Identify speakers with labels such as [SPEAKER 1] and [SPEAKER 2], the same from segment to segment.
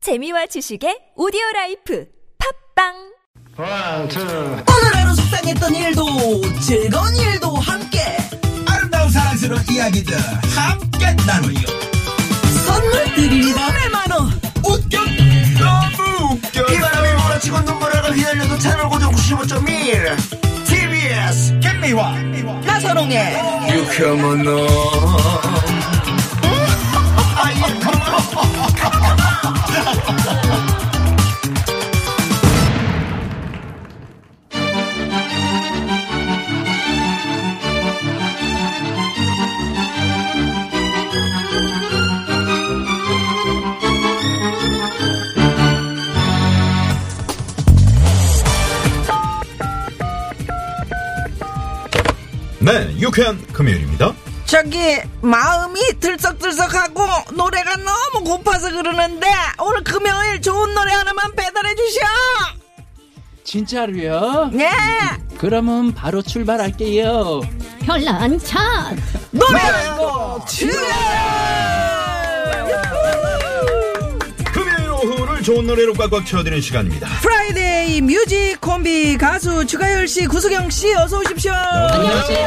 [SPEAKER 1] 재미와 지식의 오디오 라이프 팝빵
[SPEAKER 2] One, two.
[SPEAKER 3] 오늘 하루 속상했던 일도 즐거운 일도 함께
[SPEAKER 4] 아름다운 사랑스러운 이야기들 함께 나누요.
[SPEAKER 3] 선물 드립니다 100만원
[SPEAKER 4] 웃겨 너무 웃겨.
[SPEAKER 5] 바람이 몰아치고 눈물을 휘날려도 채널 고정 95.1 TBS
[SPEAKER 4] 김미화
[SPEAKER 3] 나선홍의
[SPEAKER 6] 네, 유쾌한 금요일입니다.
[SPEAKER 3] 저기 마음이 들썩들썩하고 노래가 너무 고파서 그러는데 오늘 금요일 좋은 노래 하나만 배달해 주셔
[SPEAKER 7] 진짜로요?
[SPEAKER 3] 예
[SPEAKER 7] 그러면 바로 출발할게요.
[SPEAKER 8] 별난 찬
[SPEAKER 3] 노래 한곡
[SPEAKER 6] 금요일 오후를 좋은 노래로 꽉꽉 채워드리는 시간입니다.
[SPEAKER 3] 프라이데이 뮤직 콤비 가수 추가열 씨 구수경 씨 어서 오십시오
[SPEAKER 6] 네,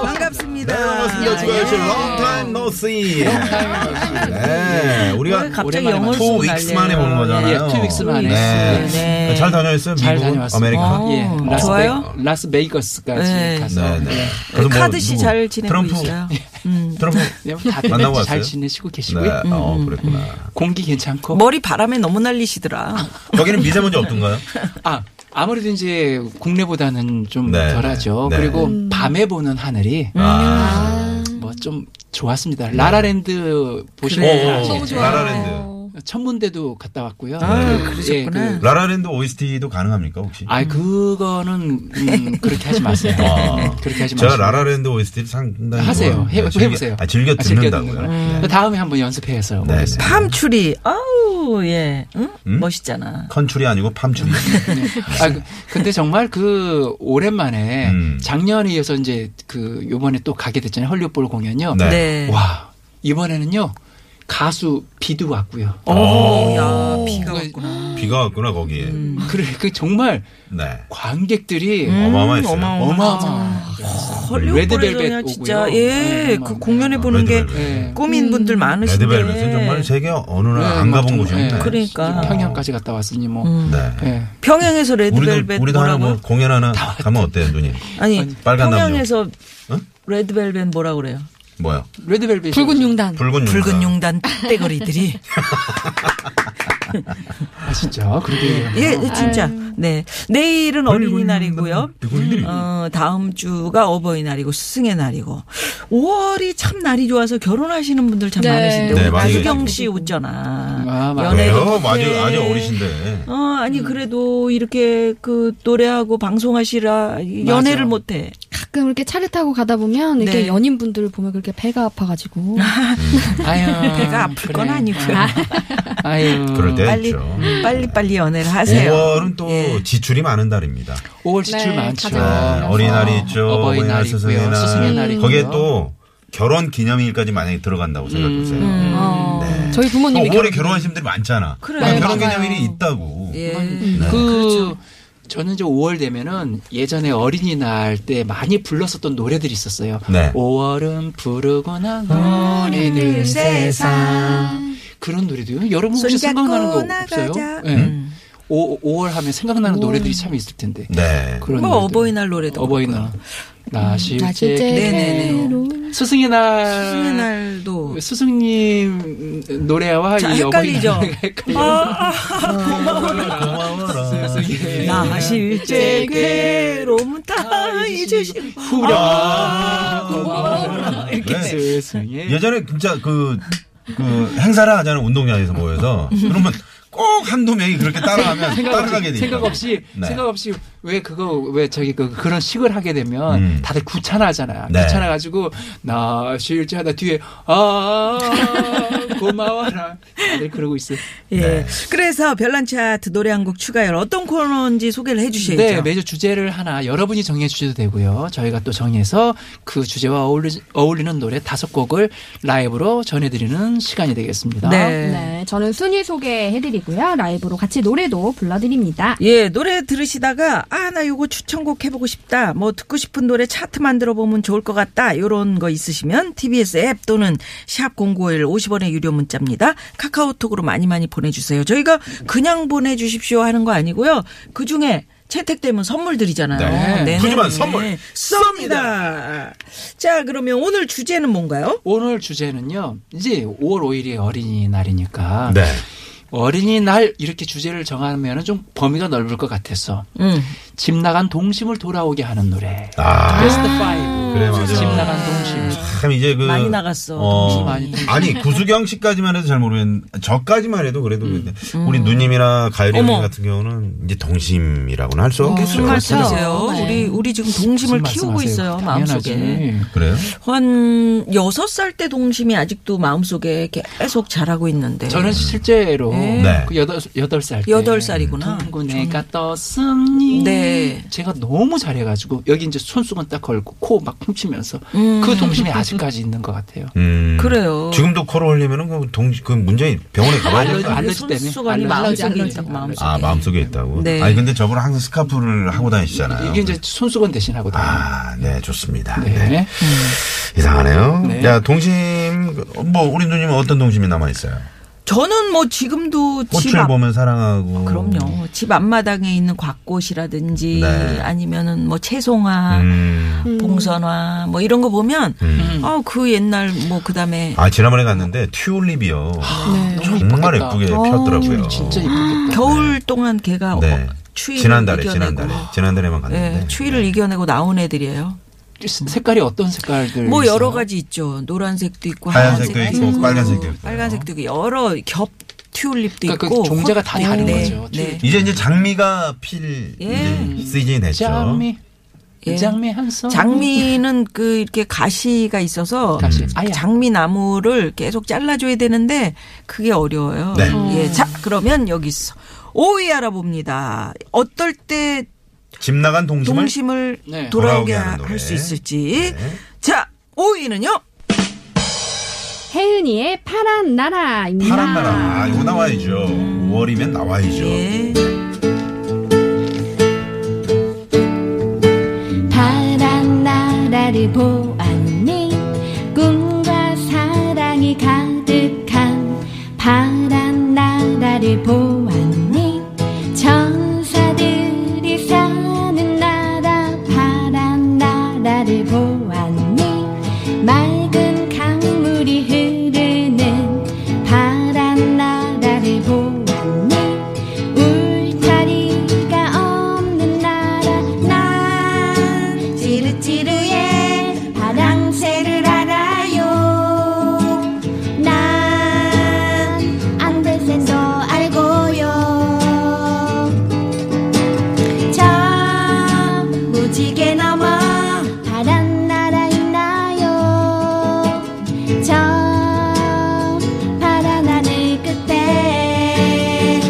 [SPEAKER 3] 반갑습니다
[SPEAKER 6] 반갑습니다. 주가열 씨, long time no see. 네, 우리가
[SPEAKER 3] 왜 갑자기 영어로
[SPEAKER 6] 투
[SPEAKER 3] 쓰고
[SPEAKER 6] 윅스
[SPEAKER 3] 난리예요?
[SPEAKER 6] 만에 보는 거잖아요.
[SPEAKER 7] 예, two weeks 만에.
[SPEAKER 6] 네.
[SPEAKER 3] 네.
[SPEAKER 6] 잘 다녀왔어요?
[SPEAKER 7] 잘
[SPEAKER 6] 미국,
[SPEAKER 7] 다녀왔습니다.
[SPEAKER 6] 아메리카.
[SPEAKER 3] 어.
[SPEAKER 7] 예,
[SPEAKER 3] 좋아요?
[SPEAKER 7] 라스베, 라스베이거스까지
[SPEAKER 3] 네.
[SPEAKER 7] 가서
[SPEAKER 6] 네, 네. 그래서 뭐
[SPEAKER 3] 카드 씨
[SPEAKER 6] 누구,
[SPEAKER 3] 잘 지내고
[SPEAKER 6] 트럼프, 뭐.
[SPEAKER 3] 있어요 음.
[SPEAKER 6] 트럼프.
[SPEAKER 7] 그냥 네. 다들
[SPEAKER 6] 만나고
[SPEAKER 7] 뵙지 잘
[SPEAKER 6] 왔어요?
[SPEAKER 7] 지내시고
[SPEAKER 6] 네,
[SPEAKER 7] 계시고요. 음,
[SPEAKER 6] 어, 그랬구나.
[SPEAKER 7] 공기 괜찮고.
[SPEAKER 3] 머리 바람에 너무 날리시더라
[SPEAKER 6] 거기는 미세먼지 없던가요?
[SPEAKER 7] 아, 아무래도 이제 국내보다는 좀
[SPEAKER 6] 네.
[SPEAKER 7] 덜하죠.
[SPEAKER 6] 네.
[SPEAKER 7] 그리고
[SPEAKER 3] 음.
[SPEAKER 7] 밤에 보는 하늘이
[SPEAKER 6] 아,
[SPEAKER 7] 뭐 좀 좋았습니다.
[SPEAKER 6] 네.
[SPEAKER 7] 라라랜드 보시면
[SPEAKER 6] 오,
[SPEAKER 7] 예.
[SPEAKER 6] 어, 라라랜드.
[SPEAKER 7] 천문대도 갔다 왔고요.
[SPEAKER 3] 어. 아,
[SPEAKER 6] 네.
[SPEAKER 7] 예,
[SPEAKER 3] 그러셨구나.
[SPEAKER 7] 그-
[SPEAKER 6] 라라랜드 OST도 가능합니까, 혹시?
[SPEAKER 7] 아, 그거는 음, 그렇게 하지 마세요. 네, 그렇게 하지 마세요.
[SPEAKER 6] 아. 제가 라라랜드 OST를 상당히
[SPEAKER 7] 하세요.
[SPEAKER 6] 좋아하는데
[SPEAKER 7] 해-
[SPEAKER 6] 즐겨-
[SPEAKER 7] 해보세요.
[SPEAKER 6] 아, 즐겨
[SPEAKER 7] 아, 즐겨
[SPEAKER 6] 듣는다고요.
[SPEAKER 7] 듣는 그
[SPEAKER 6] 네.
[SPEAKER 7] 다음에 한번 연습해서
[SPEAKER 6] 네.
[SPEAKER 7] 오겠습니다.
[SPEAKER 3] 팜추리 아우 예 응?
[SPEAKER 6] 음?
[SPEAKER 3] 멋있잖아
[SPEAKER 6] 컨출이 아니고 팜출이.
[SPEAKER 7] 아, 그- 근데 정말 그 오랜만에
[SPEAKER 6] 음.
[SPEAKER 7] 작년에 이어서 이제 그 요번에 또 가게 됐잖아요. 헐리우드 공연요.
[SPEAKER 6] 네.
[SPEAKER 3] 네.
[SPEAKER 7] 와, 이번에는요. 가수 비도 왔고요.
[SPEAKER 3] 오, 야, 비가 왔구나.
[SPEAKER 7] 네.
[SPEAKER 6] 비가 왔구나 거기에.
[SPEAKER 7] 그래, 그 정말
[SPEAKER 6] 네.
[SPEAKER 7] 관객들이
[SPEAKER 6] 음,
[SPEAKER 3] 음.
[SPEAKER 6] 어마어마했어요.
[SPEAKER 7] 어마어마.
[SPEAKER 3] 헐리우드에서는
[SPEAKER 7] 레드벨벳
[SPEAKER 3] 진짜
[SPEAKER 7] 오고요.
[SPEAKER 3] 예,
[SPEAKER 7] 음,
[SPEAKER 3] 그
[SPEAKER 7] 음,
[SPEAKER 3] 공연해
[SPEAKER 6] 음,
[SPEAKER 3] 보는 게
[SPEAKER 6] 레드벨벳.
[SPEAKER 7] 예.
[SPEAKER 3] 꿈인 분들 많으신데.
[SPEAKER 6] 레드벨벳은 정말 세계 어느
[SPEAKER 7] 네,
[SPEAKER 6] 나라 안
[SPEAKER 7] 막
[SPEAKER 6] 가본
[SPEAKER 7] 좀, 예.
[SPEAKER 6] 곳이었네.
[SPEAKER 3] 그러니까. 음.
[SPEAKER 7] 평양까지 갔다 왔으니 뭐.
[SPEAKER 6] 네.
[SPEAKER 7] 예.
[SPEAKER 3] 평양에서 레드벨벳
[SPEAKER 6] 우리도 우리도 하나
[SPEAKER 3] 뭐라고?
[SPEAKER 6] 뭐 공연 하나 가면 어때요, 누님?
[SPEAKER 3] 아니,
[SPEAKER 6] 빨간 남녀.
[SPEAKER 3] 평양에서
[SPEAKER 6] 어?
[SPEAKER 3] 레드벨벳 뭐라 그래요?
[SPEAKER 6] 뭐야?
[SPEAKER 7] 레드벨벳
[SPEAKER 8] 붉은 용단
[SPEAKER 6] 붉은 용단.
[SPEAKER 3] 붉은 용단 떼거리들이.
[SPEAKER 7] 아 진짜 그렇게 얘기하면.
[SPEAKER 3] 예, 진짜. 네. 내일은 어린이날이고요. 어, 다음 주가 어버이날이고 스승의 날이고 5월이 참 날이 좋아서 결혼하시는 분들 참
[SPEAKER 8] 네.
[SPEAKER 3] 많으신데
[SPEAKER 6] 네,
[SPEAKER 3] 우리
[SPEAKER 6] 많이
[SPEAKER 3] 나수경
[SPEAKER 6] 계시고.
[SPEAKER 3] 씨 웃잖아.
[SPEAKER 7] 아, 맞아요. 예.
[SPEAKER 3] 연애도
[SPEAKER 6] 왜요?
[SPEAKER 3] 못해.
[SPEAKER 6] 아주 아주 어리신데.
[SPEAKER 7] 음,
[SPEAKER 3] 어, 아니 그래도 이렇게 그 노래하고 방송하시라 연애를 못 해.
[SPEAKER 8] 가끔 이렇게 차를 타고 가다 보면 이렇게
[SPEAKER 3] 네.
[SPEAKER 8] 연인분들을 보면 그렇게 배가 아파가지고
[SPEAKER 7] 아유,
[SPEAKER 3] 배가 아플 건 아니고요.
[SPEAKER 7] 아유.
[SPEAKER 6] 그럴 때
[SPEAKER 3] 빨리
[SPEAKER 6] 있죠.
[SPEAKER 3] 빨리 빨리 연애를 하세요.
[SPEAKER 6] 5월은 또
[SPEAKER 3] 예.
[SPEAKER 6] 지출이 많은 달입니다.
[SPEAKER 7] 5월 지출
[SPEAKER 8] 네,
[SPEAKER 7] 많죠.
[SPEAKER 6] 네,
[SPEAKER 8] 아,
[SPEAKER 6] 어린이날이 있죠.
[SPEAKER 7] 아, 어버이날이고요.
[SPEAKER 6] 스승의 날.
[SPEAKER 7] 스승의
[SPEAKER 3] 음.
[SPEAKER 7] 날이고요. 음,
[SPEAKER 6] 거기에 또 결혼 기념일까지 만약에 들어간다고 생각해보세요.
[SPEAKER 8] 어,
[SPEAKER 6] 네.
[SPEAKER 8] 저희 부모님이
[SPEAKER 6] 5월에 결혼하신 분들이 많잖아.
[SPEAKER 3] 그래요.
[SPEAKER 6] 그럼 결혼
[SPEAKER 8] 맞아요.
[SPEAKER 6] 기념일이 있다고.
[SPEAKER 3] 예.
[SPEAKER 7] 그
[SPEAKER 3] 그렇죠.
[SPEAKER 7] 저는 이제 5월 되면은 예전에 어린이날 때 많이 불렀었던 노래들이 있었어요.
[SPEAKER 6] 네.
[SPEAKER 7] 5월은 부르고 난 어린이 세상 그런 노래도요. 여러분 혹시
[SPEAKER 3] 손잡고
[SPEAKER 7] 생각나는 거
[SPEAKER 3] 나가자. 음.
[SPEAKER 7] 없어요? 예. 오 5월 하면 생각나는 노래들이 참 있을 텐데.
[SPEAKER 6] 음. 네.
[SPEAKER 7] 그런
[SPEAKER 3] 뭐
[SPEAKER 7] 노래들.
[SPEAKER 3] 어버이날 노래도
[SPEAKER 7] 어버이날 나
[SPEAKER 8] 나
[SPEAKER 7] 실제
[SPEAKER 8] 아, 진짜
[SPEAKER 3] 네네네.
[SPEAKER 8] 괴로워.
[SPEAKER 7] 스승의 날
[SPEAKER 3] 스승의 날도
[SPEAKER 7] 스승님 노래와
[SPEAKER 3] 자,
[SPEAKER 7] 이
[SPEAKER 3] 헷갈리죠?
[SPEAKER 7] 어버이날 헷갈려요.
[SPEAKER 3] 아,
[SPEAKER 6] 고마워라.
[SPEAKER 7] 스승의
[SPEAKER 3] 나 실제 괴로움 다 잊으신
[SPEAKER 7] 후렴
[SPEAKER 3] 아,
[SPEAKER 7] 어,
[SPEAKER 3] 어,
[SPEAKER 6] 이렇게.
[SPEAKER 7] 네. 세상에
[SPEAKER 6] 예. 예전에 진짜 그, 그 행사를 하잖아요. 운동장에서 모여서. 그러면 꼭 한두 명이 그렇게 따라하면
[SPEAKER 7] 생각
[SPEAKER 6] 따라가게
[SPEAKER 7] 없이
[SPEAKER 6] 되니까.
[SPEAKER 7] 생각 없이
[SPEAKER 6] 네.
[SPEAKER 7] 생각 없이 왜 그거 왜 저기 그 그런 식을 하게 되면
[SPEAKER 6] 음.
[SPEAKER 7] 다들 귀찮아하잖아요.
[SPEAKER 6] 네.
[SPEAKER 7] 귀찮아가지고 나 실제 하다 뒤에 아 고마워라 다들 그러고 있어요.
[SPEAKER 3] 예.
[SPEAKER 6] 네.
[SPEAKER 3] 그래서 별난 차트 노래 한 곡 추가열 어떤 코너인지 소개를 해 주셔야죠.
[SPEAKER 7] 네, 매주 주제를 하나 여러분이 정해 주셔도 되고요. 저희가 또 정해서 그 주제와 어울리, 어울리는 노래 다섯 곡을 라이브로 전해드리는 시간이 되겠습니다.
[SPEAKER 3] 네.
[SPEAKER 8] 네, 저는 순위 소개해드리고요. 라이브로 같이 노래도 불러드립니다.
[SPEAKER 3] 예, 노래 들으시다가 아, 나 요거 추천곡 해 보고 싶다. 뭐 듣고 싶은 노래 차트 만들어 보면 좋을 것 같다. 요런 거 있으시면 TBS 앱 또는 샵 0951 50원의 유료 문자입니다. 카카오톡으로 많이 많이 보내 주세요. 저희가 그냥 보내 주십시오 하는 거 아니고요. 그중에 채택되면 선물 드리잖아요.
[SPEAKER 6] 네.
[SPEAKER 3] 네네.
[SPEAKER 6] 푸짐한 선물
[SPEAKER 3] 쏩니다. 자, 그러면 오늘 주제는 뭔가요?
[SPEAKER 7] 오늘 주제는요. 이제 5월 5일이 어린이날이니까
[SPEAKER 6] 네.
[SPEAKER 7] 어린이날 이렇게 주제를 정하면 좀 범위가 넓을 것 같아서
[SPEAKER 3] 음.
[SPEAKER 7] 집 나간 동심을 돌아오게 하는 노래.
[SPEAKER 6] 아,
[SPEAKER 7] 베스트 5.
[SPEAKER 6] 그래 맞아.
[SPEAKER 7] 집 나간 동심.
[SPEAKER 6] 참 이제 그
[SPEAKER 3] 많이 나갔어.
[SPEAKER 6] 어,
[SPEAKER 7] 많이 나갔어.
[SPEAKER 6] 아니 구수경 씨까지만 해도 잘 모르겠는데 저까지만 해도 그래도 그랬는데 우리 누님이나 가을이
[SPEAKER 3] 음. 어머.
[SPEAKER 6] 언니 같은 경우는 이제 동심이라고는 할 수 없겠어요.
[SPEAKER 7] 아,
[SPEAKER 3] 정말
[SPEAKER 6] 그렇죠?
[SPEAKER 3] 말씀이세요?
[SPEAKER 8] 네.
[SPEAKER 3] 우리 우리 지금 동심을
[SPEAKER 7] 무슨
[SPEAKER 3] 키우고
[SPEAKER 7] 말씀하세요?
[SPEAKER 3] 있어요
[SPEAKER 7] 당연하지.
[SPEAKER 3] 마음속에.
[SPEAKER 6] 그래요?
[SPEAKER 3] 한 여섯 살 때 동심이 아직도 마음속에 계속 자라고 있는데.
[SPEAKER 7] 저는 네, 실제로
[SPEAKER 6] 네.
[SPEAKER 7] 그 여덟 여덟 살 때.
[SPEAKER 3] 여덟 살이구나. 아, 그렇죠.
[SPEAKER 7] 동구 내가 떴으니
[SPEAKER 3] 네.
[SPEAKER 7] 제가 너무 잘해가지고 여기 이제 손수건 딱 걸고 코 막 훔치면서
[SPEAKER 3] 음.
[SPEAKER 7] 그 동심이 아직까지 있는 것 같아요.
[SPEAKER 6] 음.
[SPEAKER 3] 그래요. 아,
[SPEAKER 6] 지금도 코로 흘리면은 그 동, 그 문제 병원에 가봐야
[SPEAKER 7] 알러-
[SPEAKER 6] 된다.
[SPEAKER 7] 알러지 때문에.
[SPEAKER 3] 손수건이
[SPEAKER 7] 알러지,
[SPEAKER 3] 마음속에
[SPEAKER 7] 알러지.
[SPEAKER 3] 있다고 마음속에.
[SPEAKER 6] 아, 마음속에 있다고.
[SPEAKER 3] 네.
[SPEAKER 6] 아니 근데 저분 항상 스카프를 하고 다니시잖아요. 네.
[SPEAKER 7] 이게 이제 손수건 대신 하거든요.
[SPEAKER 6] 아, 네, 좋습니다.
[SPEAKER 7] 네.
[SPEAKER 6] 네. 이상하네요.
[SPEAKER 7] 네.
[SPEAKER 6] 야, 동심 뭐 우리 누님은 어떤 동심이 남아 있어요?
[SPEAKER 3] 저는 뭐 지금도 집
[SPEAKER 6] 꽃을
[SPEAKER 3] 앞.
[SPEAKER 6] 보면 사랑하고.
[SPEAKER 3] 아,
[SPEAKER 6] 음.
[SPEAKER 3] 그럼요. 집 앞마당에 있는 곽꽃이라든지
[SPEAKER 6] 네.
[SPEAKER 3] 아니면은 뭐 채송화,
[SPEAKER 6] 음.
[SPEAKER 3] 봉선화 뭐 이런 거 보면
[SPEAKER 6] 음.
[SPEAKER 3] 어 그 옛날 뭐 그다음에
[SPEAKER 6] 아 지난번에 갔는데 튜올립이요.
[SPEAKER 8] 네.
[SPEAKER 6] 정말
[SPEAKER 7] 아, 예쁘겠다. 어,
[SPEAKER 6] 예쁘게 폈더라고요.
[SPEAKER 7] 진짜 이쁘겠다. 그
[SPEAKER 3] 겨울 동안 걔가
[SPEAKER 6] 네.
[SPEAKER 3] 어, 추위를
[SPEAKER 6] 지난달에
[SPEAKER 3] 이겨내고
[SPEAKER 6] 지난달에 지난달에만 갔는데.
[SPEAKER 7] 네,
[SPEAKER 3] 예, 추위를 이겨내고 나온 애들이에요.
[SPEAKER 7] 색깔이 어떤 색깔들?
[SPEAKER 3] 뭐 여러
[SPEAKER 7] 있어요?
[SPEAKER 3] 가지 있죠. 노란색도 있고
[SPEAKER 6] 하얀색도
[SPEAKER 3] 하얀색도
[SPEAKER 6] 있고, 빨간색도 있고요.
[SPEAKER 3] 빨간색도 있고 여러 겹 튤립도
[SPEAKER 7] 그러니까 그
[SPEAKER 3] 있고
[SPEAKER 7] 종자가 다
[SPEAKER 3] 헛도.
[SPEAKER 7] 다른
[SPEAKER 3] 네,
[SPEAKER 7] 거죠.
[SPEAKER 3] 네.
[SPEAKER 6] 이제 이제 장미가 필
[SPEAKER 3] 예.
[SPEAKER 6] 이제 시즌이 됐죠.
[SPEAKER 7] 장미.
[SPEAKER 3] 예.
[SPEAKER 7] 장미 한 송.
[SPEAKER 3] 장미는 그 이렇게 가시가 있어서
[SPEAKER 7] 가시.
[SPEAKER 6] 음.
[SPEAKER 3] 그
[SPEAKER 7] 아야.
[SPEAKER 3] 장미 나무를 계속 잘라줘야 되는데 그게 어려워요.
[SPEAKER 6] 네.
[SPEAKER 7] 음.
[SPEAKER 3] 예, 자 그러면 여기서 오이 알아봅니다. 어떨 때
[SPEAKER 6] 집 나간 동심을
[SPEAKER 3] 동심을
[SPEAKER 7] 네.
[SPEAKER 3] 돌아오게
[SPEAKER 6] 돌아오게 하는
[SPEAKER 3] 할 수
[SPEAKER 6] 노래. 네.
[SPEAKER 3] 있을지. 자 오이는요.
[SPEAKER 8] 혜은이의 파란 나라입니다.
[SPEAKER 6] 파란 나라. 아, 이거 나와야죠.
[SPEAKER 7] 네.
[SPEAKER 6] 5월이면 나와야죠.
[SPEAKER 3] 예.
[SPEAKER 9] 파란 나라를 보았니 꿈과 사랑이 가득한 파란 나라를 보았니 천사들이 사는 나라 파란 나라를 보았니 맑은 강물이 흐르는 파란 나라를 보았니 울타리가 없는 나라 난 찌르찌르의 바람새를 알아요 난 안될센도 알고요 저 무지개 넘어 파란 나라 있나요 저 파란 하늘 끝에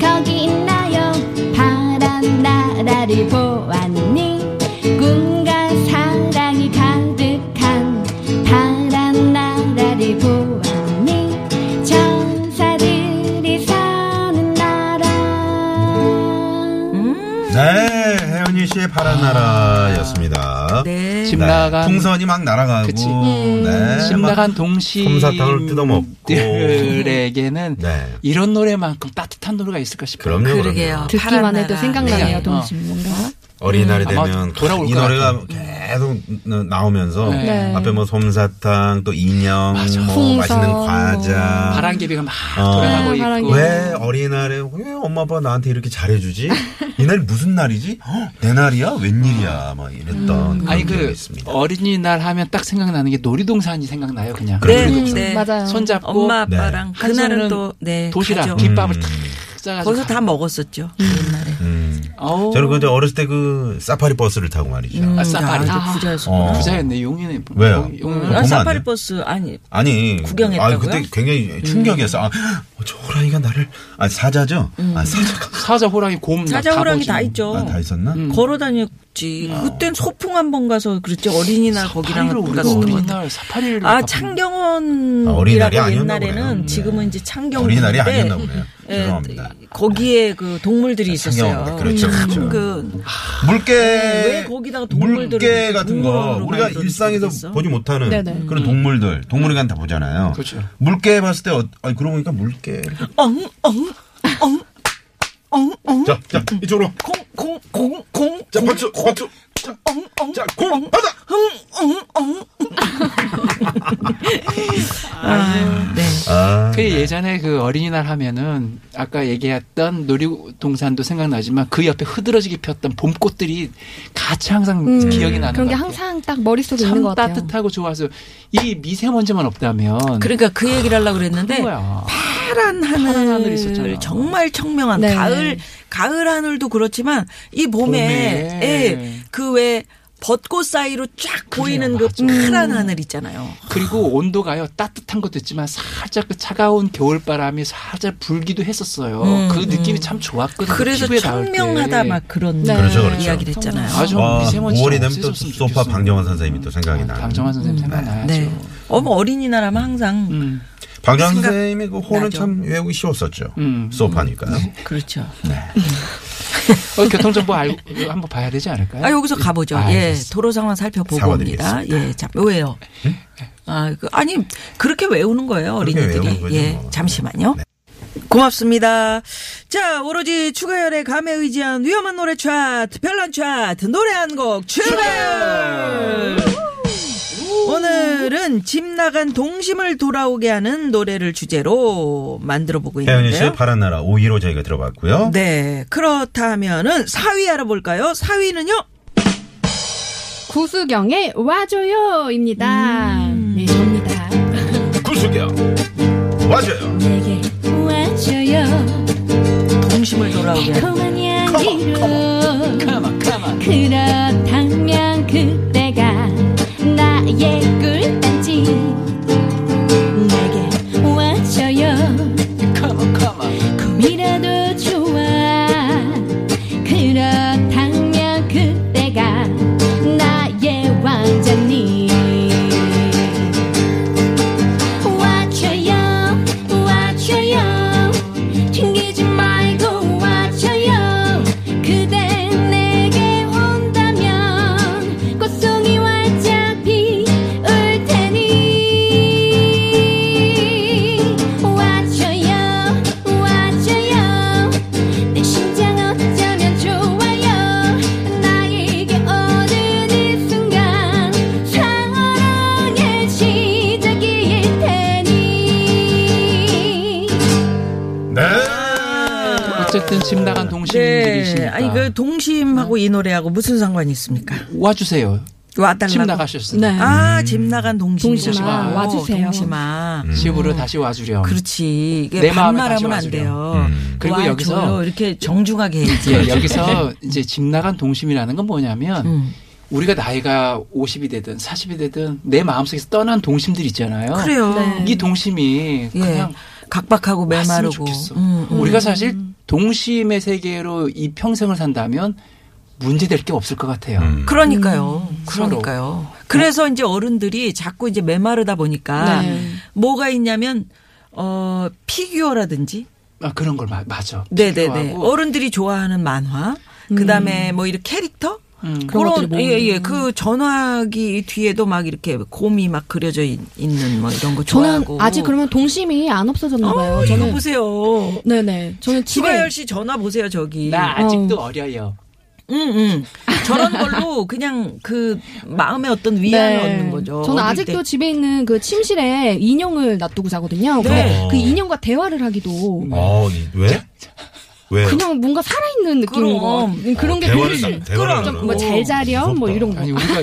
[SPEAKER 9] 거기 있나요 파란 나라를 보았니 꿈과 사랑이 가득한 파란 나라를 보았니 천사들이 사는 음? 나라
[SPEAKER 3] 음,
[SPEAKER 6] 네, 혜은이 씨의 파란 나라였습니다.
[SPEAKER 3] 네.
[SPEAKER 7] 아. 집 나간
[SPEAKER 6] 풍선이 막 날아가고
[SPEAKER 7] 그치.
[SPEAKER 6] 네,
[SPEAKER 7] 집
[SPEAKER 6] 막
[SPEAKER 7] 나간 동시
[SPEAKER 6] 솜사탕을 뜯어먹고.
[SPEAKER 7] 들에게는
[SPEAKER 6] 네.
[SPEAKER 7] 이런 노래만큼 따뜻한 노래가 있을까 싶어요.
[SPEAKER 6] 그럼요.
[SPEAKER 3] 그러게요.
[SPEAKER 6] 그럼요.
[SPEAKER 8] 듣기만 해도
[SPEAKER 3] 파란 나라.
[SPEAKER 8] 생각나네요,
[SPEAKER 7] 네.
[SPEAKER 8] 동심. 뭔가.
[SPEAKER 6] 어린이날이
[SPEAKER 7] 음, 아마
[SPEAKER 6] 되면
[SPEAKER 7] 돌아올
[SPEAKER 6] 이
[SPEAKER 7] 것
[SPEAKER 6] 노래가 계속 나- 나오면서
[SPEAKER 7] 네.
[SPEAKER 6] 앞에 뭐 솜사탕 또 인형
[SPEAKER 7] 맞아.
[SPEAKER 6] 뭐
[SPEAKER 8] 풍선,
[SPEAKER 6] 맛있는
[SPEAKER 8] 뭐.
[SPEAKER 6] 과자
[SPEAKER 7] 바람개비가 막
[SPEAKER 6] 어.
[SPEAKER 7] 돌아가고
[SPEAKER 8] 네,
[SPEAKER 7] 있고
[SPEAKER 8] 바람개비.
[SPEAKER 6] 왜 어린이날에 왜 엄마 아빠 나한테 이렇게 잘해주지? 이날 무슨 날이지? 헉, 내 날이야? 웬일이야? 막 이랬던 그런
[SPEAKER 7] 음. 아니
[SPEAKER 6] 기억이
[SPEAKER 7] 그
[SPEAKER 6] 있습니다.
[SPEAKER 7] 어린이날 하면 딱 생각나는 게 놀이동산이 생각나요 그냥
[SPEAKER 6] 그래.
[SPEAKER 9] 음,
[SPEAKER 3] 네,
[SPEAKER 6] 그렇죠.
[SPEAKER 3] 네.
[SPEAKER 8] 맞아요.
[SPEAKER 7] 손잡고
[SPEAKER 3] 엄마 아빠랑
[SPEAKER 7] 네.
[SPEAKER 3] 그날은
[SPEAKER 7] 한손은
[SPEAKER 3] 또네
[SPEAKER 7] 도시락
[SPEAKER 3] 가죠.
[SPEAKER 7] 김밥을
[SPEAKER 6] 음.
[SPEAKER 7] 탁 작아서
[SPEAKER 3] 거기서 다 먹었었죠. 옛날에.
[SPEAKER 6] 음.
[SPEAKER 7] 어우,
[SPEAKER 6] 저는 그때 어렸을 때 그 사파리 버스를 타고 말이죠.
[SPEAKER 7] 아, 사파리.
[SPEAKER 3] 야,
[SPEAKER 7] 아.
[SPEAKER 3] 음. 아주 부자였어.
[SPEAKER 6] 어.
[SPEAKER 7] 부자였네 용인에
[SPEAKER 6] 왜요? 어.
[SPEAKER 7] 용인
[SPEAKER 6] 보면
[SPEAKER 3] 아,
[SPEAKER 6] 안
[SPEAKER 3] 사파리
[SPEAKER 6] 돼?
[SPEAKER 3] 버스 아니
[SPEAKER 6] 아니
[SPEAKER 3] 구경했다고요?
[SPEAKER 6] 아 그때
[SPEAKER 7] 음.
[SPEAKER 6] 굉장히 충격이었어. 아, 어, 저 호랑이가 나를 아 사자죠?
[SPEAKER 7] 음.
[SPEAKER 6] 아 사자가
[SPEAKER 7] 사자 호랑이 곰
[SPEAKER 3] 사자 호랑이 다
[SPEAKER 7] 어.
[SPEAKER 3] 있죠. 음.
[SPEAKER 6] 아, 다 있었나?
[SPEAKER 7] 음.
[SPEAKER 3] 걸어 다녔지. 그땐 소풍 한 번 가서 그랬지. 어린이날 거기랑
[SPEAKER 7] 거기랑 우리가
[SPEAKER 3] 가서 그랬나?
[SPEAKER 7] 어린날 사파리를
[SPEAKER 3] 아
[SPEAKER 7] 가본-
[SPEAKER 9] 네.
[SPEAKER 6] 아,
[SPEAKER 3] 창경원이라고
[SPEAKER 6] 어린이날이 아니었나
[SPEAKER 3] 옛날에는
[SPEAKER 6] 보네요.
[SPEAKER 3] 지금은
[SPEAKER 6] 네.
[SPEAKER 3] 이제 창경원
[SPEAKER 6] 어린이날이 아니었나 보네요. 죄송합니다.
[SPEAKER 3] 거기에 그 동물들이 있었어요.
[SPEAKER 6] 창경원, 그렇죠,
[SPEAKER 3] 참
[SPEAKER 6] 그렇죠.
[SPEAKER 3] 그
[SPEAKER 6] 물개
[SPEAKER 3] 왜 거기다가 동물들을
[SPEAKER 6] 물개 같은 거
[SPEAKER 3] 동물로
[SPEAKER 6] 우리가
[SPEAKER 3] 만들어서
[SPEAKER 6] 일상에서
[SPEAKER 3] 그랬어? 음.
[SPEAKER 6] 보지 못하는
[SPEAKER 8] 네네.
[SPEAKER 6] 그런 동물들 동물이간 다 보잖아요.
[SPEAKER 7] 그렇죠.
[SPEAKER 6] 물개 봤을 때 어, 아니 그러고 보니까 물개. 자, 자 이쪽으로.
[SPEAKER 3] 엉엉엉엉엉공공공공
[SPEAKER 6] 자 박수, 박수. 자,
[SPEAKER 3] 엉엉
[SPEAKER 6] 자, 공 받아.
[SPEAKER 3] 엉엉엉 아, 네.
[SPEAKER 6] 아,
[SPEAKER 7] 그 예전에 그 어린이날 하면은 아까 얘기했던 놀이동산도 생각나지만 그 옆에 흐드러지게 폈던 봄꽃들이 같이 항상 기억이 나는
[SPEAKER 9] 음, 그런 게
[SPEAKER 7] 것 같아요.
[SPEAKER 9] 항상 딱 머릿속에 있는
[SPEAKER 7] 참
[SPEAKER 9] 것 같아요.
[SPEAKER 7] 따뜻하고 좋아서 이 미세먼지만 없다면
[SPEAKER 3] 그러니까 그 얘기를 하려고 그랬는데
[SPEAKER 7] 거야.
[SPEAKER 3] 파란 하늘,
[SPEAKER 7] 파란 하늘이 있었잖아요.
[SPEAKER 3] 정말 청명한
[SPEAKER 9] 네.
[SPEAKER 3] 가을 가을 하늘도 그렇지만 이 봄에,
[SPEAKER 7] 봄에.
[SPEAKER 3] 그 왜 벚꽃 사이로 쫙 보이는 그
[SPEAKER 7] 맞아요.
[SPEAKER 3] 파란 하늘 있잖아요.
[SPEAKER 7] 그리고 온도가요 따뜻한 것도 있지만 살짝 그 차가운 겨울 바람이 살짝 불기도 했었어요.
[SPEAKER 3] 음,
[SPEAKER 7] 그 느낌이
[SPEAKER 3] 음.
[SPEAKER 7] 참 좋았거든요.
[SPEAKER 3] 그래서
[SPEAKER 7] 피부에 닿을 때.
[SPEAKER 3] 청명하다 막 그런
[SPEAKER 9] 네. 그렇죠,
[SPEAKER 6] 그렇죠.
[SPEAKER 3] 이야기를 했잖아요.
[SPEAKER 7] 아주
[SPEAKER 6] 아,
[SPEAKER 7] 미세먼지 좀
[SPEAKER 6] 5월이 되면 또
[SPEAKER 7] 없앴었으면
[SPEAKER 6] 소파
[SPEAKER 7] 좋겠어요.
[SPEAKER 6] 방정환 선생님이 또 생각이 나요.
[SPEAKER 7] 방정환 선생님 생각나야죠.
[SPEAKER 3] 네. 어머 어린이날 하면 항상
[SPEAKER 7] 음.
[SPEAKER 6] 방정환
[SPEAKER 3] 생각-
[SPEAKER 6] 선생님의 그 호는
[SPEAKER 3] 나죠.
[SPEAKER 6] 참 외우기 쉬웠었죠.
[SPEAKER 7] 음.
[SPEAKER 6] 소파니까요. 네.
[SPEAKER 3] 그렇죠.
[SPEAKER 7] 어, 교통정보 알고 한번 봐야 되지 않을까요?
[SPEAKER 6] 네?
[SPEAKER 3] 아 여기서 가보죠.
[SPEAKER 7] 아,
[SPEAKER 3] 예,
[SPEAKER 7] 알겠습니다.
[SPEAKER 3] 도로 상황 살펴보고 옵니다. 예, 자, 왜요? 아, 그, 아니 그렇게 외우는 거예요
[SPEAKER 6] 네? 그렇게
[SPEAKER 3] 어린이들이.
[SPEAKER 6] 외우는 거지,
[SPEAKER 3] 예,
[SPEAKER 6] 뭐.
[SPEAKER 3] 잠시만요. 고맙습니다. 자, 오로지 추가열의 감에 의지한 위험한 노래 차트, 별난 차트, 노래 한 곡 출발! 오늘은 집 나간 동심을 돌아오게 하는 노래를 주제로 만들어 보고
[SPEAKER 6] 혜연이 씨의
[SPEAKER 3] 있는데요.
[SPEAKER 6] 파란 나라 5위로 저희가 들어봤고요.
[SPEAKER 3] 네, 그렇다면은 4위 알아볼까요? 4위는요?
[SPEAKER 9] 구수경의 와줘요입니다.
[SPEAKER 7] 음.
[SPEAKER 9] 네, 접니다.
[SPEAKER 3] 네.
[SPEAKER 6] 구수경 맞아요. 네.
[SPEAKER 9] 내게 와줘요.
[SPEAKER 3] 동심을 돌아오게 하는.
[SPEAKER 9] 달콤한 향기로.
[SPEAKER 7] 가만, 가만.
[SPEAKER 9] 그렇다면 그때가 나의 꿀단지. 내게 와줘요.
[SPEAKER 7] 가만, 가만.
[SPEAKER 9] 꿈이라도 좋아 그렇다면 그때가 나의 왕자님 와줘요 와줘요 튕기지 말고 와줘요 그대 내게 온다면 꽃송이 활짝 피울 테니 와줘요 와줘요 내 심장 어쩌면 좋아요 나에게 오는 이 순간 사랑의 시작일 테니
[SPEAKER 6] 네.
[SPEAKER 7] 어쨌든 집 나간 동심들이시니까
[SPEAKER 3] 네, 아니 그 동심하고 이 노래하고 무슨 상관이 있습니까?
[SPEAKER 7] 와주세요.
[SPEAKER 3] 와달라고.
[SPEAKER 7] 집 나가셨어요.
[SPEAKER 8] 네.
[SPEAKER 3] 아, 집 나간 동심이
[SPEAKER 8] 동심아, 와주세요.
[SPEAKER 3] 동심아.
[SPEAKER 6] 음.
[SPEAKER 7] 집으로 다시 와주렴.
[SPEAKER 3] 그렇죠. 그렇지. 이게
[SPEAKER 7] 음. 내 마음을 다시
[SPEAKER 3] 반말하면
[SPEAKER 7] 음.
[SPEAKER 3] 안 돼요.
[SPEAKER 6] 와주렴.
[SPEAKER 7] 그리고
[SPEAKER 3] 와,
[SPEAKER 7] 여기서-
[SPEAKER 3] 줘요. 이렇게 정중하게 해야지.
[SPEAKER 7] 예, 여기서 이제 집 나간 동심이라는 건 뭐냐면
[SPEAKER 3] 음.
[SPEAKER 7] 우리가 나이가 50이 되든 40이 되든 내 마음속에서 떠난 동심들 있잖아요.
[SPEAKER 3] 그래요.
[SPEAKER 8] 네.
[SPEAKER 7] 이 동심이
[SPEAKER 3] 예.
[SPEAKER 7] 어. 그냥
[SPEAKER 3] 각박하고
[SPEAKER 7] 왔으면
[SPEAKER 3] 메마르고.
[SPEAKER 7] 좋겠어.
[SPEAKER 3] 음, 음.
[SPEAKER 7] 우리가 사실 동심의 세계로 이 평생을 산다면 문제될 게 없을 것 같아요.
[SPEAKER 6] 음.
[SPEAKER 3] 그러니까요. 그러니까요. 그래서 이제 어른들이 자꾸 이제 메마르다 보니까
[SPEAKER 8] 네.
[SPEAKER 3] 뭐가 있냐면 어 피규어라든지
[SPEAKER 7] 아, 그런 걸 마, 맞아.
[SPEAKER 3] 네네네.
[SPEAKER 7] 필요하고.
[SPEAKER 3] 어른들이 좋아하는 만화. 그다음에 뭐 이렇게 캐릭터
[SPEAKER 7] 음.
[SPEAKER 8] 그런
[SPEAKER 3] 그런
[SPEAKER 8] 것들이 모으는.
[SPEAKER 3] 예예 그 전화기 뒤에도 막 이렇게 곰이 막 그려져 있, 는뭐 이런 거
[SPEAKER 9] 저는
[SPEAKER 3] 좋아하고
[SPEAKER 9] 아직 그러면 동심이 안 없어졌나 봐요
[SPEAKER 3] 어, 이거
[SPEAKER 9] 저는
[SPEAKER 3] 보세요
[SPEAKER 9] 네네 저는 집에
[SPEAKER 3] 추가열 씨 전화 보세요 저기
[SPEAKER 7] 나 아직도 어려요.
[SPEAKER 3] 응응 저런 걸로 그냥 그 마음의 어떤 위안을
[SPEAKER 9] 네.
[SPEAKER 3] 얻는 거죠
[SPEAKER 9] 저는
[SPEAKER 3] 어릴
[SPEAKER 9] 아직도 집에 있는 그 침실에 인형을 놔두고
[SPEAKER 3] 네.
[SPEAKER 9] 자거든요. 그럼 그 인형과 대화를 하기도
[SPEAKER 6] 어, 이- 왜? 왜?
[SPEAKER 9] 그냥 뭔가 살아있는 느낌인 거.
[SPEAKER 3] 그럼.
[SPEAKER 9] 그런
[SPEAKER 6] 어,
[SPEAKER 9] 게
[SPEAKER 6] 대화를
[SPEAKER 9] 되게
[SPEAKER 6] 나- 대화를
[SPEAKER 9] 좀
[SPEAKER 6] 나누는
[SPEAKER 9] 뭐
[SPEAKER 6] 거.
[SPEAKER 9] 잘자렴 뭐
[SPEAKER 6] 무섭다.
[SPEAKER 9] 이런 거.
[SPEAKER 7] 아니 우리가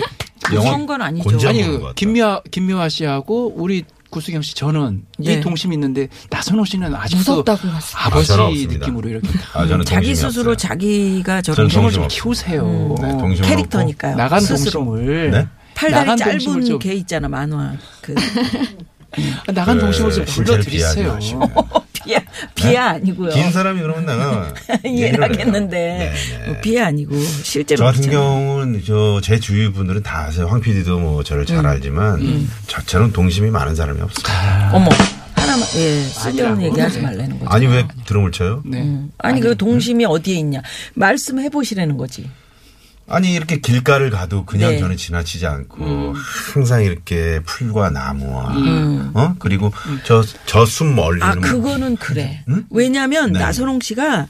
[SPEAKER 3] 때. 무서운 건 아니죠
[SPEAKER 6] 영화-
[SPEAKER 7] 아니
[SPEAKER 6] 먹는 것 같다.
[SPEAKER 7] 김미아 김미화 씨하고 우리 구수경 씨 저는
[SPEAKER 3] 네.
[SPEAKER 7] 이 동심이 있는데 나선호 씨는 아직도
[SPEAKER 9] 무섭다고 봤어요.
[SPEAKER 6] 아,
[SPEAKER 7] 아버지
[SPEAKER 6] 저는 없습니다.
[SPEAKER 7] 느낌으로 이렇게
[SPEAKER 6] 아, 저는
[SPEAKER 3] 자기
[SPEAKER 6] 동심이
[SPEAKER 3] 스스로
[SPEAKER 6] 없어요.
[SPEAKER 3] 자기가 저런
[SPEAKER 6] 저는
[SPEAKER 7] 동심을
[SPEAKER 6] 동심
[SPEAKER 7] 좀
[SPEAKER 6] 없어요.
[SPEAKER 7] 키우세요.
[SPEAKER 6] 네, 동심을 없고.
[SPEAKER 3] 캐릭터니까요.
[SPEAKER 7] 나간
[SPEAKER 3] 음. 스스로.
[SPEAKER 7] 동심을
[SPEAKER 6] 네?
[SPEAKER 3] 팔다리
[SPEAKER 7] 나간 동심을
[SPEAKER 3] 짧은
[SPEAKER 7] 좀-
[SPEAKER 3] 개 있잖아 만화. 그
[SPEAKER 7] 나간
[SPEAKER 6] 그
[SPEAKER 7] 동심을 좀
[SPEAKER 6] 신체를
[SPEAKER 7] 불러드리세요.
[SPEAKER 6] 비하하지 마시고요.
[SPEAKER 3] 비야 비야 아니고요.
[SPEAKER 6] 네? 긴 사람이 그러면 내가 얘기를 해요.
[SPEAKER 3] 예, 이해하겠는데
[SPEAKER 6] 네, 네.
[SPEAKER 3] 비야 아니고 실제로
[SPEAKER 6] 저 같은
[SPEAKER 3] 그렇잖아요.
[SPEAKER 6] 경우는 저 제 주위 분들은 다 아세요. 황 PD도 뭐 저를
[SPEAKER 3] 음.
[SPEAKER 6] 잘 알지만 저처럼 동심이 많은 사람이 없어요.
[SPEAKER 3] 어머 하나만 예 쓸데없는
[SPEAKER 7] 아니라고.
[SPEAKER 3] 얘기하지
[SPEAKER 7] 네.
[SPEAKER 3] 말라는 거죠.
[SPEAKER 6] 아니 왜 드럼을 쳐요? 네,
[SPEAKER 7] 네.
[SPEAKER 3] 아니 그 동심이 어디에 있냐 말씀해 보시라는 거지.
[SPEAKER 6] 아니 이렇게 길가를 가도 그냥
[SPEAKER 3] 네. 음.
[SPEAKER 6] 저는 지나치지 않고 항상 이렇게 풀과 나무와 어 그리고 저 저 숨 멀리
[SPEAKER 3] 음. 아
[SPEAKER 6] 는
[SPEAKER 3] 그거는 그래. 왜냐하면
[SPEAKER 6] 뭐 네.
[SPEAKER 3] 나선홍 씨가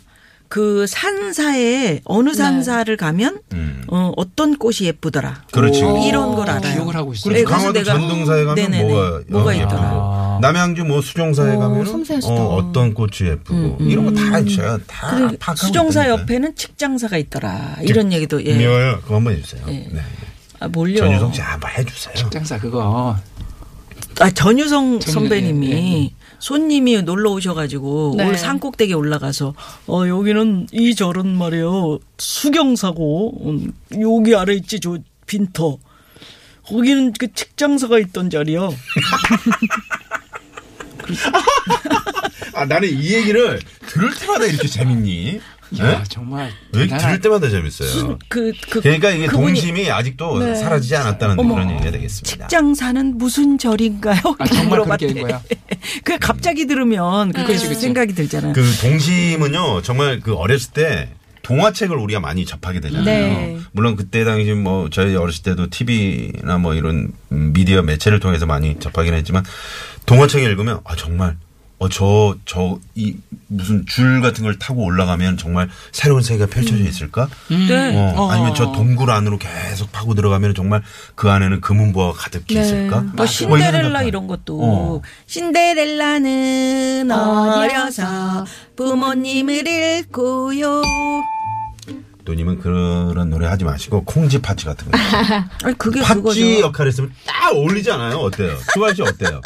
[SPEAKER 3] 그 산사에 어느 산사를 가면
[SPEAKER 6] 음.
[SPEAKER 3] 어, 어떤 꽃이 예쁘더라.
[SPEAKER 6] 그렇지.
[SPEAKER 7] 오.
[SPEAKER 3] 이런 걸 알아요.
[SPEAKER 7] 기억을 하고 있어요.
[SPEAKER 3] 네,
[SPEAKER 6] 그렇지.
[SPEAKER 3] 그래서
[SPEAKER 6] 강화도
[SPEAKER 3] 내가-
[SPEAKER 6] 전동사에 가면
[SPEAKER 3] 네네네.
[SPEAKER 6] 뭐가,
[SPEAKER 3] 뭐가
[SPEAKER 6] 어,
[SPEAKER 3] 있더라.
[SPEAKER 6] 예쁘고. 남양주 뭐 수종사에
[SPEAKER 9] 어,
[SPEAKER 6] 가면
[SPEAKER 9] 섬세하시다.
[SPEAKER 6] 어, 어떤 꽃이 예쁘고 이런 거다 제가 다
[SPEAKER 3] 음, 그리고
[SPEAKER 6] 아, 파악하고
[SPEAKER 3] 수종사
[SPEAKER 6] 있다니까요. 네.
[SPEAKER 3] 옆에는 측장사가 있더라. 이런 얘기도 예.
[SPEAKER 6] 미워요. 그거 한번 해주세요. 네.
[SPEAKER 3] 아, 몰려.
[SPEAKER 6] 전유성 씨 한번 해주세요.
[SPEAKER 7] 장사 그거
[SPEAKER 3] 아, 전유성
[SPEAKER 7] 전유-
[SPEAKER 3] 선배님이
[SPEAKER 7] 예, 예, 예.
[SPEAKER 3] 손님이 놀러 오셔가지고
[SPEAKER 9] 네.
[SPEAKER 3] 오늘 산꼭대기에 올라가서 어 여기는 이 절은 말이에요 수경사고 음, 여기 아래 있지 저 빈터 거기는 그 측장사가 있던 자리야.
[SPEAKER 6] 아 나는 이 얘기를 들을 때마다 이렇게 재밌니?
[SPEAKER 7] 야,
[SPEAKER 3] 예.
[SPEAKER 6] 네?
[SPEAKER 7] 정말
[SPEAKER 6] 왜 이렇게
[SPEAKER 7] 대단한-
[SPEAKER 6] 들을 때마다 재밌어요?
[SPEAKER 3] 그, 그,
[SPEAKER 7] 예.
[SPEAKER 6] 그러니까 이게
[SPEAKER 3] 그분이 네.
[SPEAKER 6] 동심이 아직도 사라지지 않았다는 그런 얘기가 되겠습니다.
[SPEAKER 3] 측장사는 무슨 절인가요?
[SPEAKER 7] 아, 정말 그렇게
[SPEAKER 3] 물어봤대.
[SPEAKER 7] 된 거야? 음.
[SPEAKER 3] 그 갑자기 들으면 그렇게
[SPEAKER 7] 그치, 그치.
[SPEAKER 3] 생각이 들잖아요.
[SPEAKER 6] 그 동심은요 정말 그 어렸을 때 동화책을 우리가 많이 접하게 되잖아요.
[SPEAKER 9] 네.
[SPEAKER 6] 물론 그때 당시 뭐 저희 어렸을 때도 TV나 뭐 이런 음, 미디어 매체를 통해서 많이 접하긴 했지만 동화책을 읽으면 아 정말 어 저 저 이 무슨 줄 같은 걸 타고 올라가면 정말 새로운 세계가
[SPEAKER 3] 음.
[SPEAKER 6] 펼쳐져 있을까?
[SPEAKER 7] 음,
[SPEAKER 3] 네.
[SPEAKER 6] 어, 아니면 저 동굴 안으로 계속 파고 들어가면 정말 그 안에는 금은보화가 가득히 있을까?
[SPEAKER 3] 뭐
[SPEAKER 6] 뭐 이런
[SPEAKER 3] 신데렐라
[SPEAKER 6] 생각도
[SPEAKER 3] 이런 것도
[SPEAKER 6] 어.
[SPEAKER 3] 신데렐라는 어려서 부모님을 잃고요.
[SPEAKER 6] 누님은 그런 노래 하지 마시고 콩지 파츠 같은 거.
[SPEAKER 3] 아니 그게
[SPEAKER 6] 파츠
[SPEAKER 3] 그거죠.
[SPEAKER 6] 역할 했으면 딱 어울리지 않아요? 어때요? 수아 씨 어때요?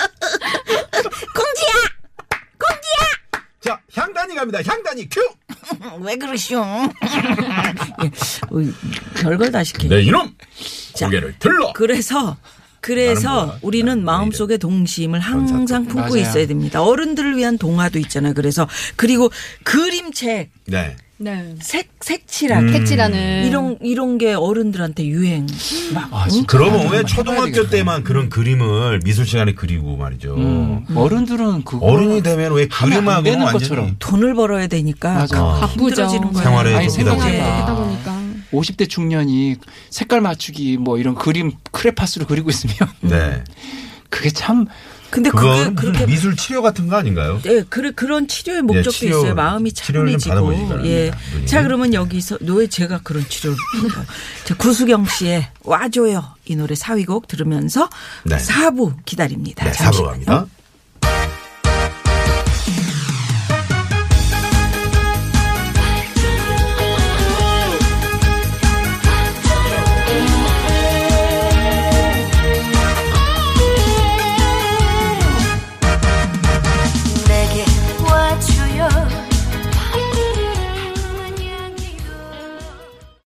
[SPEAKER 3] 공지야
[SPEAKER 6] 자 향단이 갑니다. 향단이 큐.
[SPEAKER 3] 음, 왜 그러시오? 예, 어이, 별걸 다 시켜.
[SPEAKER 6] 네 이놈
[SPEAKER 3] 자.
[SPEAKER 6] 고개를 들러.
[SPEAKER 3] 그래서
[SPEAKER 6] 나는
[SPEAKER 3] 그래서
[SPEAKER 6] 뭐야?
[SPEAKER 3] 우리는
[SPEAKER 6] 나는 왜
[SPEAKER 3] 마음속에 동심을 항상
[SPEAKER 6] 전사도.
[SPEAKER 3] 품고
[SPEAKER 7] 맞아요.
[SPEAKER 3] 있어야 됩니다. 어른들을 위한 동화도 있잖아요. 그래서 그리고 그림책
[SPEAKER 6] 네.
[SPEAKER 9] 네.
[SPEAKER 3] 색 색칠하기
[SPEAKER 6] 음.
[SPEAKER 9] 택지라는
[SPEAKER 3] 이런 이런 게 어른들한테 유행.
[SPEAKER 7] 아, 진짜
[SPEAKER 6] 그러면
[SPEAKER 7] 나는 한번
[SPEAKER 6] 왜
[SPEAKER 7] 해봐야
[SPEAKER 6] 초등학교
[SPEAKER 7] 되겠다.
[SPEAKER 6] 때만 그런 그림을 미술 시간에 그리고 말이죠.
[SPEAKER 7] 음, 어른들은 그거
[SPEAKER 6] 어른이 되면 왜
[SPEAKER 7] 하면 안
[SPEAKER 6] 그림하고
[SPEAKER 7] 되는
[SPEAKER 6] 완전히
[SPEAKER 7] 것처럼.
[SPEAKER 3] 돈을 벌어야 되니까
[SPEAKER 7] 맞아.
[SPEAKER 6] 어.
[SPEAKER 9] 바쁘죠.
[SPEAKER 3] 힘들어지는 거예요.
[SPEAKER 6] 생활에
[SPEAKER 7] 아니,
[SPEAKER 6] 쫓기다
[SPEAKER 7] 생각해
[SPEAKER 6] 보니까.
[SPEAKER 7] 봐.
[SPEAKER 9] 하다 보니까
[SPEAKER 7] 50대 중년이 색깔 맞추기 뭐 이런 그림 크레파스로 그리고 있으면
[SPEAKER 6] 네.
[SPEAKER 7] 그게 참
[SPEAKER 3] 근데 그게
[SPEAKER 6] 그건
[SPEAKER 3] 그렇게
[SPEAKER 6] 무슨 미술 치료 같은 거 아닌가요?
[SPEAKER 3] 예, 그, 그런 치료의 목적도
[SPEAKER 6] 치료,
[SPEAKER 3] 있어요. 마음이
[SPEAKER 6] 치료를 좀
[SPEAKER 3] 차분해지고.
[SPEAKER 6] 받아보시기 바랍니다,
[SPEAKER 3] 예.
[SPEAKER 6] 누님.
[SPEAKER 3] 자, 그러면 여기서 왜 제가 그런 치료를 받아요? 자, 구수경 씨의 와줘요 이 노래 사위곡 들으면서
[SPEAKER 6] 네.
[SPEAKER 3] 사부 기다립니다.
[SPEAKER 6] 네,
[SPEAKER 3] 잠시만요.
[SPEAKER 6] 사부로 갑니다.